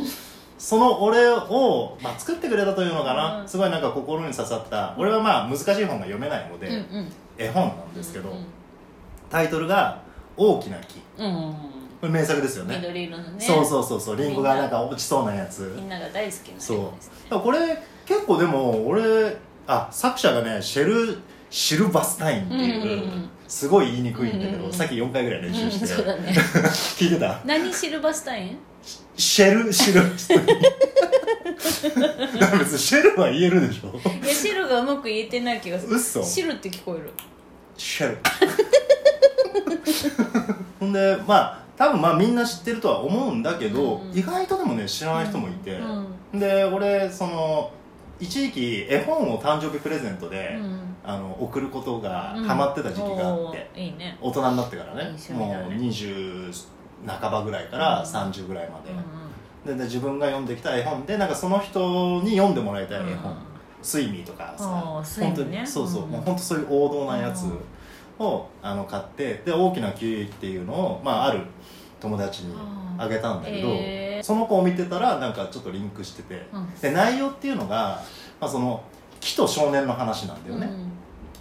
Speaker 1: その俺を、まあ、作ってくれたというのかな、
Speaker 2: うん
Speaker 1: すごいなんか心に刺さった俺はまあ難しい本が読めないので、
Speaker 2: うんうん
Speaker 1: 絵本なんですけど、
Speaker 2: う
Speaker 1: タイトルが「大きな木
Speaker 2: んうん、」
Speaker 1: これ名作ですよね
Speaker 2: 緑色のね
Speaker 1: そうそうそうそうリンゴがなんか落ちそうなやつ
Speaker 2: みんなが大好きな
Speaker 1: そう
Speaker 2: 色ですね
Speaker 1: だからこれ結構でも俺あ作者がねシェルシルバスタインっていう、
Speaker 2: うんうんうん
Speaker 1: すごい言いにくいんだけど、
Speaker 2: うんうんうん
Speaker 1: さっき4回ぐらい練習
Speaker 2: うん、
Speaker 1: して、
Speaker 2: そうだね
Speaker 1: 聞いてた
Speaker 2: 何シルバスタイン
Speaker 1: シェルシルバスタインだから別にシェルは言えるでしょ
Speaker 2: いやシルがうまく言えてない気がする
Speaker 1: 嘘
Speaker 2: シルって聞こえる
Speaker 1: シェルほんでまあ多分まあみんな知ってるとは思うんだけど、
Speaker 2: うんうん
Speaker 1: 意外とでもね知らない人もいて、
Speaker 2: うん
Speaker 1: で俺その一時期絵本を誕生日プレゼント
Speaker 2: う
Speaker 1: で、
Speaker 2: ん
Speaker 1: あの送ることが
Speaker 2: うん
Speaker 1: ハマってた時期があって、
Speaker 2: おーいいね
Speaker 1: 大人になってからね
Speaker 2: いい趣味だ
Speaker 1: も
Speaker 2: ね
Speaker 1: う20半ばぐらいから30ぐらいまで,、でで自分が読んできた絵本でなんかその人に読んでもらいたい絵本、スイミーとかさ
Speaker 2: あースイミ
Speaker 1: 本当
Speaker 2: ー
Speaker 1: に、
Speaker 2: ね
Speaker 1: そうそう、
Speaker 2: うん
Speaker 1: もう本当そういう王道なやつ
Speaker 2: うん
Speaker 1: をあの買ってで大きな木っていうのを、まあ、ある友達にあげたんだけど、
Speaker 2: へー
Speaker 1: その子を見てたらなんかちょっとリンクしてて、
Speaker 2: うん
Speaker 1: で内容っていうのが、まあ、その木と少年の話なんだよね、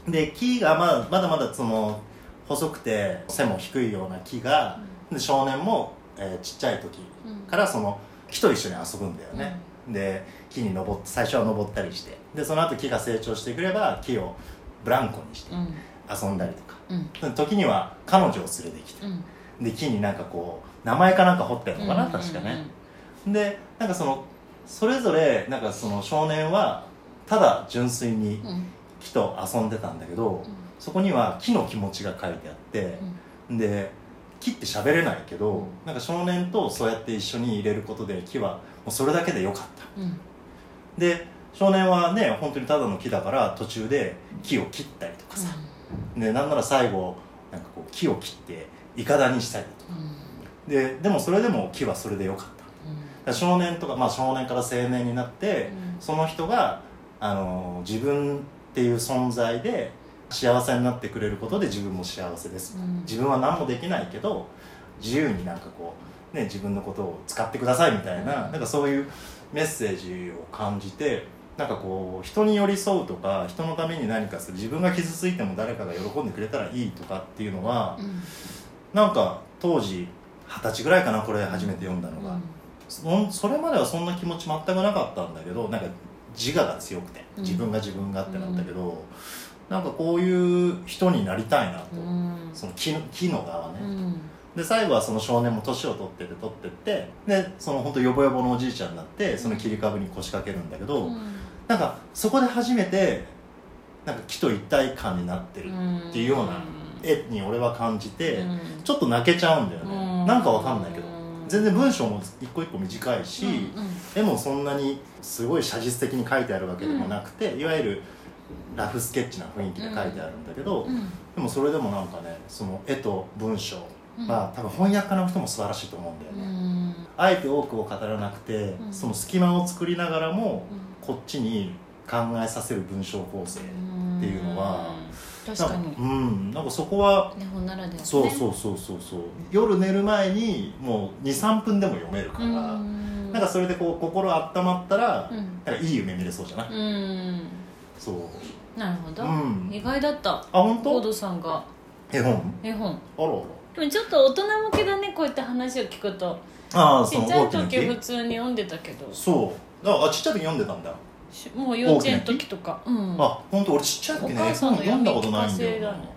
Speaker 1: で木がまあまだまだその細くて背も低いような木がで少年も、えーちっちゃい時からその木と一緒に遊ぶんだよね、で木に登って最初は登ったりしてでその後木が成長してくれば木をブランコにして
Speaker 2: うん
Speaker 1: 遊んだりとか
Speaker 2: うん
Speaker 1: で時には彼女を連れてきて
Speaker 2: うん
Speaker 1: で木になんかこう名前かなんか彫ってるのかな、
Speaker 2: うん
Speaker 1: 確かね、でなんかそのそれぞれなんかその少年はただ純粋に
Speaker 2: うんうん
Speaker 1: 木と遊んでたんだけど、そこには木の気持ちが書いてあって、で木って喋れないけど、
Speaker 2: うん
Speaker 1: なんか少年とそうやって一緒に入れることで木はもうそれだけでよかった
Speaker 2: うんうん
Speaker 1: で少年はね本当にただの木だから途中で木を切ったりとかさ、でなんなら最後なんかこう木を切っていかだにしたりとか
Speaker 2: うんうん
Speaker 1: ででもそれでも木はそれでよかっただから少年とか、まあ、少年から青年になって、
Speaker 2: うん
Speaker 1: その人が、あの自分っていう存在で幸せになってくれることで自分も幸せです、
Speaker 2: うん
Speaker 1: 自分は何もできないけど自由になんかこう、ね、自分のことを使ってくださいみたいな,、
Speaker 2: うん
Speaker 1: なんかそういうメッセージを感じてなんかこう人に寄り添うとか人のために何かする自分が傷ついても誰かが喜んでくれたらいいとかっていうのは、
Speaker 2: うん
Speaker 1: なんか当時二十歳ぐらいかなこれ初めて読んだのが、そそれまではそんな気持ち全くなかったんだけどなんか自我が強くて
Speaker 2: うん
Speaker 1: 自分が自分がってなったけど、なんかこういう人になりたいなと、
Speaker 2: うん
Speaker 1: その木の木の側ね、
Speaker 2: うん
Speaker 1: で最後はその少年も年を取ってて取ってってでその本当ヨボヨボのおじいちゃんになってその切り株に腰掛けるんだけど、なんかそこで初めてなんか木と一体感になってる
Speaker 2: ん
Speaker 1: っていうような絵に俺は感じて、
Speaker 2: うん
Speaker 1: ちょっと泣けちゃうんだよね、
Speaker 2: うん
Speaker 1: なんかわかんないけど、
Speaker 2: うん
Speaker 1: 全然文章も一個一個短いし、
Speaker 2: うんうん
Speaker 1: 絵もそんなにすごい写実的に書いてあるわけでもなくて、いわゆるラフスケッチな雰囲気で書いてあるんだけど、
Speaker 2: うん
Speaker 1: でもそれでもなんかねその絵と文章
Speaker 2: うん
Speaker 1: まあ多分翻訳家の人も素晴らしいと思うんだよ
Speaker 2: う
Speaker 1: ね、
Speaker 2: ん
Speaker 1: あえて多くを語らなくて、
Speaker 2: うん
Speaker 1: その隙間を作りながらもこっちに考えさせる文章構成
Speaker 2: ん
Speaker 1: っていうのは
Speaker 2: 確かに
Speaker 1: なんうんなんかそこは
Speaker 2: 日本ならではね
Speaker 1: そうそううそうそうそう夜寝る前にもう23分でも読めるから、
Speaker 2: ん
Speaker 1: なんかそれでこう心温まったら、
Speaker 2: うん
Speaker 1: なんかいい夢見れそうじゃない、
Speaker 2: うん
Speaker 1: そう
Speaker 2: なるほど、
Speaker 1: うん
Speaker 2: 意外だった
Speaker 1: あ本
Speaker 2: コー
Speaker 1: 当
Speaker 2: ドさんが
Speaker 1: 絵本
Speaker 2: 絵本
Speaker 1: あらあら
Speaker 2: でもちょっと大人向けだねこういった話を聞くと
Speaker 1: ああ
Speaker 2: ち
Speaker 1: その
Speaker 2: っちゃい
Speaker 1: 大きな
Speaker 2: 時普
Speaker 1: 木
Speaker 2: 通に読んでたけど
Speaker 1: そうだからあちっちゃい時読んでたんだ、
Speaker 2: しもう幼稚園の時とか、うん、
Speaker 1: あ本当俺ちっちゃい時
Speaker 2: お
Speaker 1: ね絵
Speaker 2: 母さん
Speaker 1: 本
Speaker 2: の
Speaker 1: 読んだことないんだ
Speaker 2: 読み
Speaker 1: よ
Speaker 2: 聞かせだね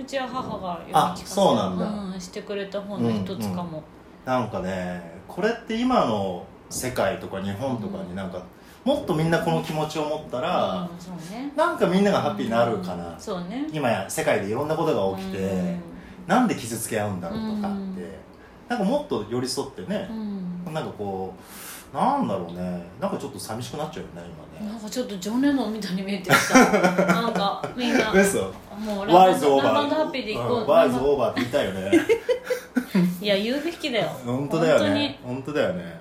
Speaker 2: うちは母が読み聞かせ
Speaker 1: あそうなんだ
Speaker 2: うんしてくれた本の一つかも、
Speaker 1: なんかねこれって今の世界とか日本とかになんか、もっとみんなこの気持ちを持ったら、
Speaker 2: うんそうね
Speaker 1: なんかみんながハッピーになるかな、
Speaker 2: そうね
Speaker 1: 今や世界でいろんなことが起きて、なんで傷つけ合うんだろうとかって、
Speaker 2: うん
Speaker 1: なんかもっと寄り添ってね
Speaker 2: う、ん、
Speaker 1: なんかこうなんだろうねなんかちょっと寂しくなっちゃうよね
Speaker 2: うん
Speaker 1: 今
Speaker 2: な
Speaker 1: ね
Speaker 2: んかちょっとジョン・レノンみたいに見えてき たなんかみんな
Speaker 1: 嘘
Speaker 2: もうラ
Speaker 1: ワ
Speaker 2: バ
Speaker 1: イ
Speaker 2: ン
Speaker 1: ズ
Speaker 2: ド
Speaker 1: オー
Speaker 2: ラバン
Speaker 1: バ
Speaker 2: ドハッピーで行こう、
Speaker 1: ーワイズオーバーって言いたいよね
Speaker 2: いや言うべきだよ
Speaker 1: 本当だよ
Speaker 2: 本
Speaker 1: ね本当だよね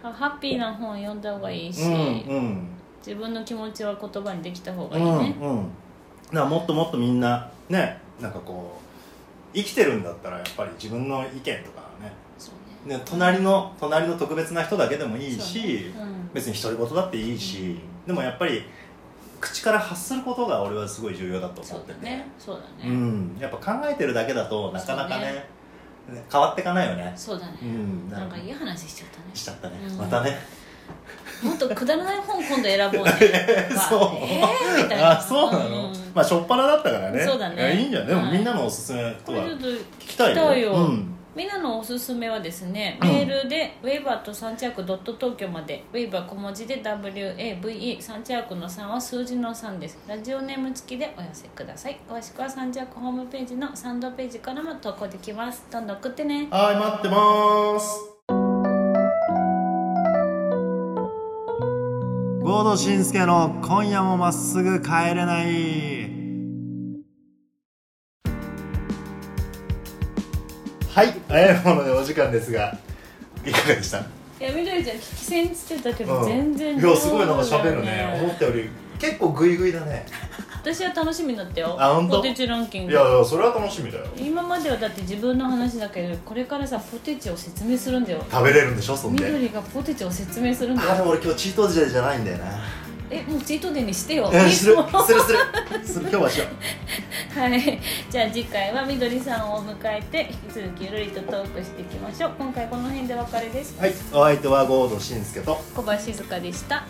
Speaker 2: 当にハッピーな本読んだ方がいいし、
Speaker 1: うんうん
Speaker 2: 自分の気持ちは言葉にできた方が
Speaker 1: う
Speaker 2: いい
Speaker 1: ん
Speaker 2: ね、
Speaker 1: うんだからもっともっとみんなねなんかこう生きてるんだったらやっぱり自分の意見とかね
Speaker 2: そうね
Speaker 1: ね隣の隣の特別な人だけでもいいし、
Speaker 2: そうね
Speaker 1: 別に独り言だっていいし、でもやっぱり口から発することが俺はすごい重要だと
Speaker 2: うん、そ
Speaker 1: 思
Speaker 2: う
Speaker 1: って
Speaker 2: だ
Speaker 1: て
Speaker 2: ねそうだね、
Speaker 1: うん、やっぱ考えてるだけだとなかなかねね変わってかないよね
Speaker 2: そうだね、
Speaker 1: うん
Speaker 2: なんかいい話しちゃったね
Speaker 1: しちゃったね、
Speaker 2: うん
Speaker 1: またね
Speaker 2: もっとくだらない本今度選ぼうね
Speaker 1: そう
Speaker 2: えー、みたいな
Speaker 1: あそうなの、
Speaker 2: ん
Speaker 1: まあ初っ端だったからね
Speaker 2: そうだね
Speaker 1: いやいいんじゃないでも
Speaker 2: はい
Speaker 1: みんなのおすすめ
Speaker 2: ことれ
Speaker 1: は
Speaker 2: ちょっ
Speaker 1: 聞
Speaker 2: と
Speaker 1: きたいよ
Speaker 2: 聞きたいよ
Speaker 1: うん、
Speaker 2: みんなのおすすめはですね、
Speaker 1: うん
Speaker 2: メールで waiver とサンチャーク .tokyo まで waiver 小文字で WAVE サンチャークの3は数字の3ですラジオネーム付きでお寄せください詳しくはサンチャークホームページのサンドページからも投稿できますどんどん送ってね
Speaker 1: はい待ってますゴードシンスケの今夜もまっすぐ帰れないはい早いものでお時間ですがいかがでした
Speaker 2: いやみどりちゃん聞き戦つってたけど、
Speaker 1: うん
Speaker 2: 全然
Speaker 1: いやすごいなんか喋るね思ったより結構グイグイだね
Speaker 2: 私は楽しみになったよ
Speaker 1: あ本当
Speaker 2: ポテチランキン
Speaker 1: い
Speaker 2: グ
Speaker 1: やいやそれは楽しみだよ
Speaker 2: 今まではだって自分の話だけどこれからさポテチを説明するんだよ
Speaker 1: 食べれるんでしょそんで
Speaker 2: 緑がポテチを説明するんだ
Speaker 1: あで
Speaker 2: よ
Speaker 1: も俺今日チートデーじゃないんだよな
Speaker 2: えもうチートデイにしてよ
Speaker 1: え
Speaker 2: いい
Speaker 1: する
Speaker 2: の
Speaker 1: するするする今日はしよう
Speaker 2: はいじゃあ次回はみどりさんを迎えて引き続きゆるりとトークしていきましょう今回この辺でお別れです
Speaker 1: はい、お相手はゴードンスケと
Speaker 2: 小林静香でした